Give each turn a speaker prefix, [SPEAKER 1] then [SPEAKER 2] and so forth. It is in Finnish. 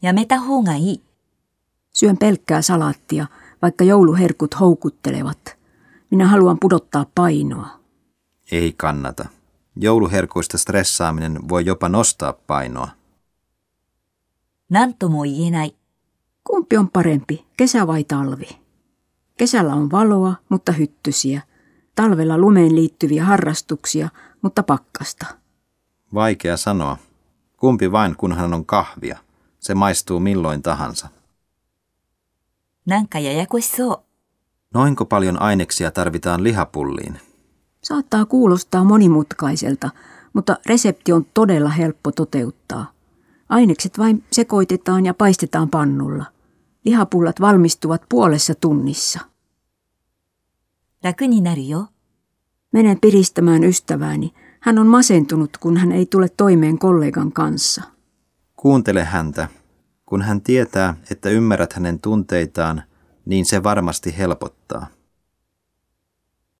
[SPEAKER 1] やめた方がいい。
[SPEAKER 2] Syön pelkkää salaattia, vaikka jouluherkut houkuttelevat. Minä haluan pudottaa painoa.
[SPEAKER 3] Ei kannata. Jouluherkuista stressaaminen voi jopa nostaa painoa.
[SPEAKER 1] 何とも言えない。
[SPEAKER 2] Kumpi on parempi, kesä vai talvi? Kesällä on valoa, mutta hyttysiä. Talvella lumeen liittyviä harrastuksia, mutta pakkasta.
[SPEAKER 3] Vaikea sanoa. Kumpi vain, kunhan on kahvia. Se maistuu milloin tahansa.
[SPEAKER 1] なんかややこしそう。
[SPEAKER 3] Noinko paljon aineksia tarvitaan lihapulliin?
[SPEAKER 2] Saattaa kuulostaa monimutkaiselta, mutta resepti on todella helppo toteuttaa. Ainekset vain sekoitetaan ja paistetaan pannulla. Lihapullat valmistuvat puolessa tunnissa.
[SPEAKER 1] 楽になるよ。
[SPEAKER 2] Menen piristämään ystävääni. Hän on masentunut, kun hän ei tule toimeen kollegan kanssa.
[SPEAKER 3] Kuuntele häntä. Kun hän tietää, että ymmärrät hänen tunteitaan, niin se varmasti helpottaa.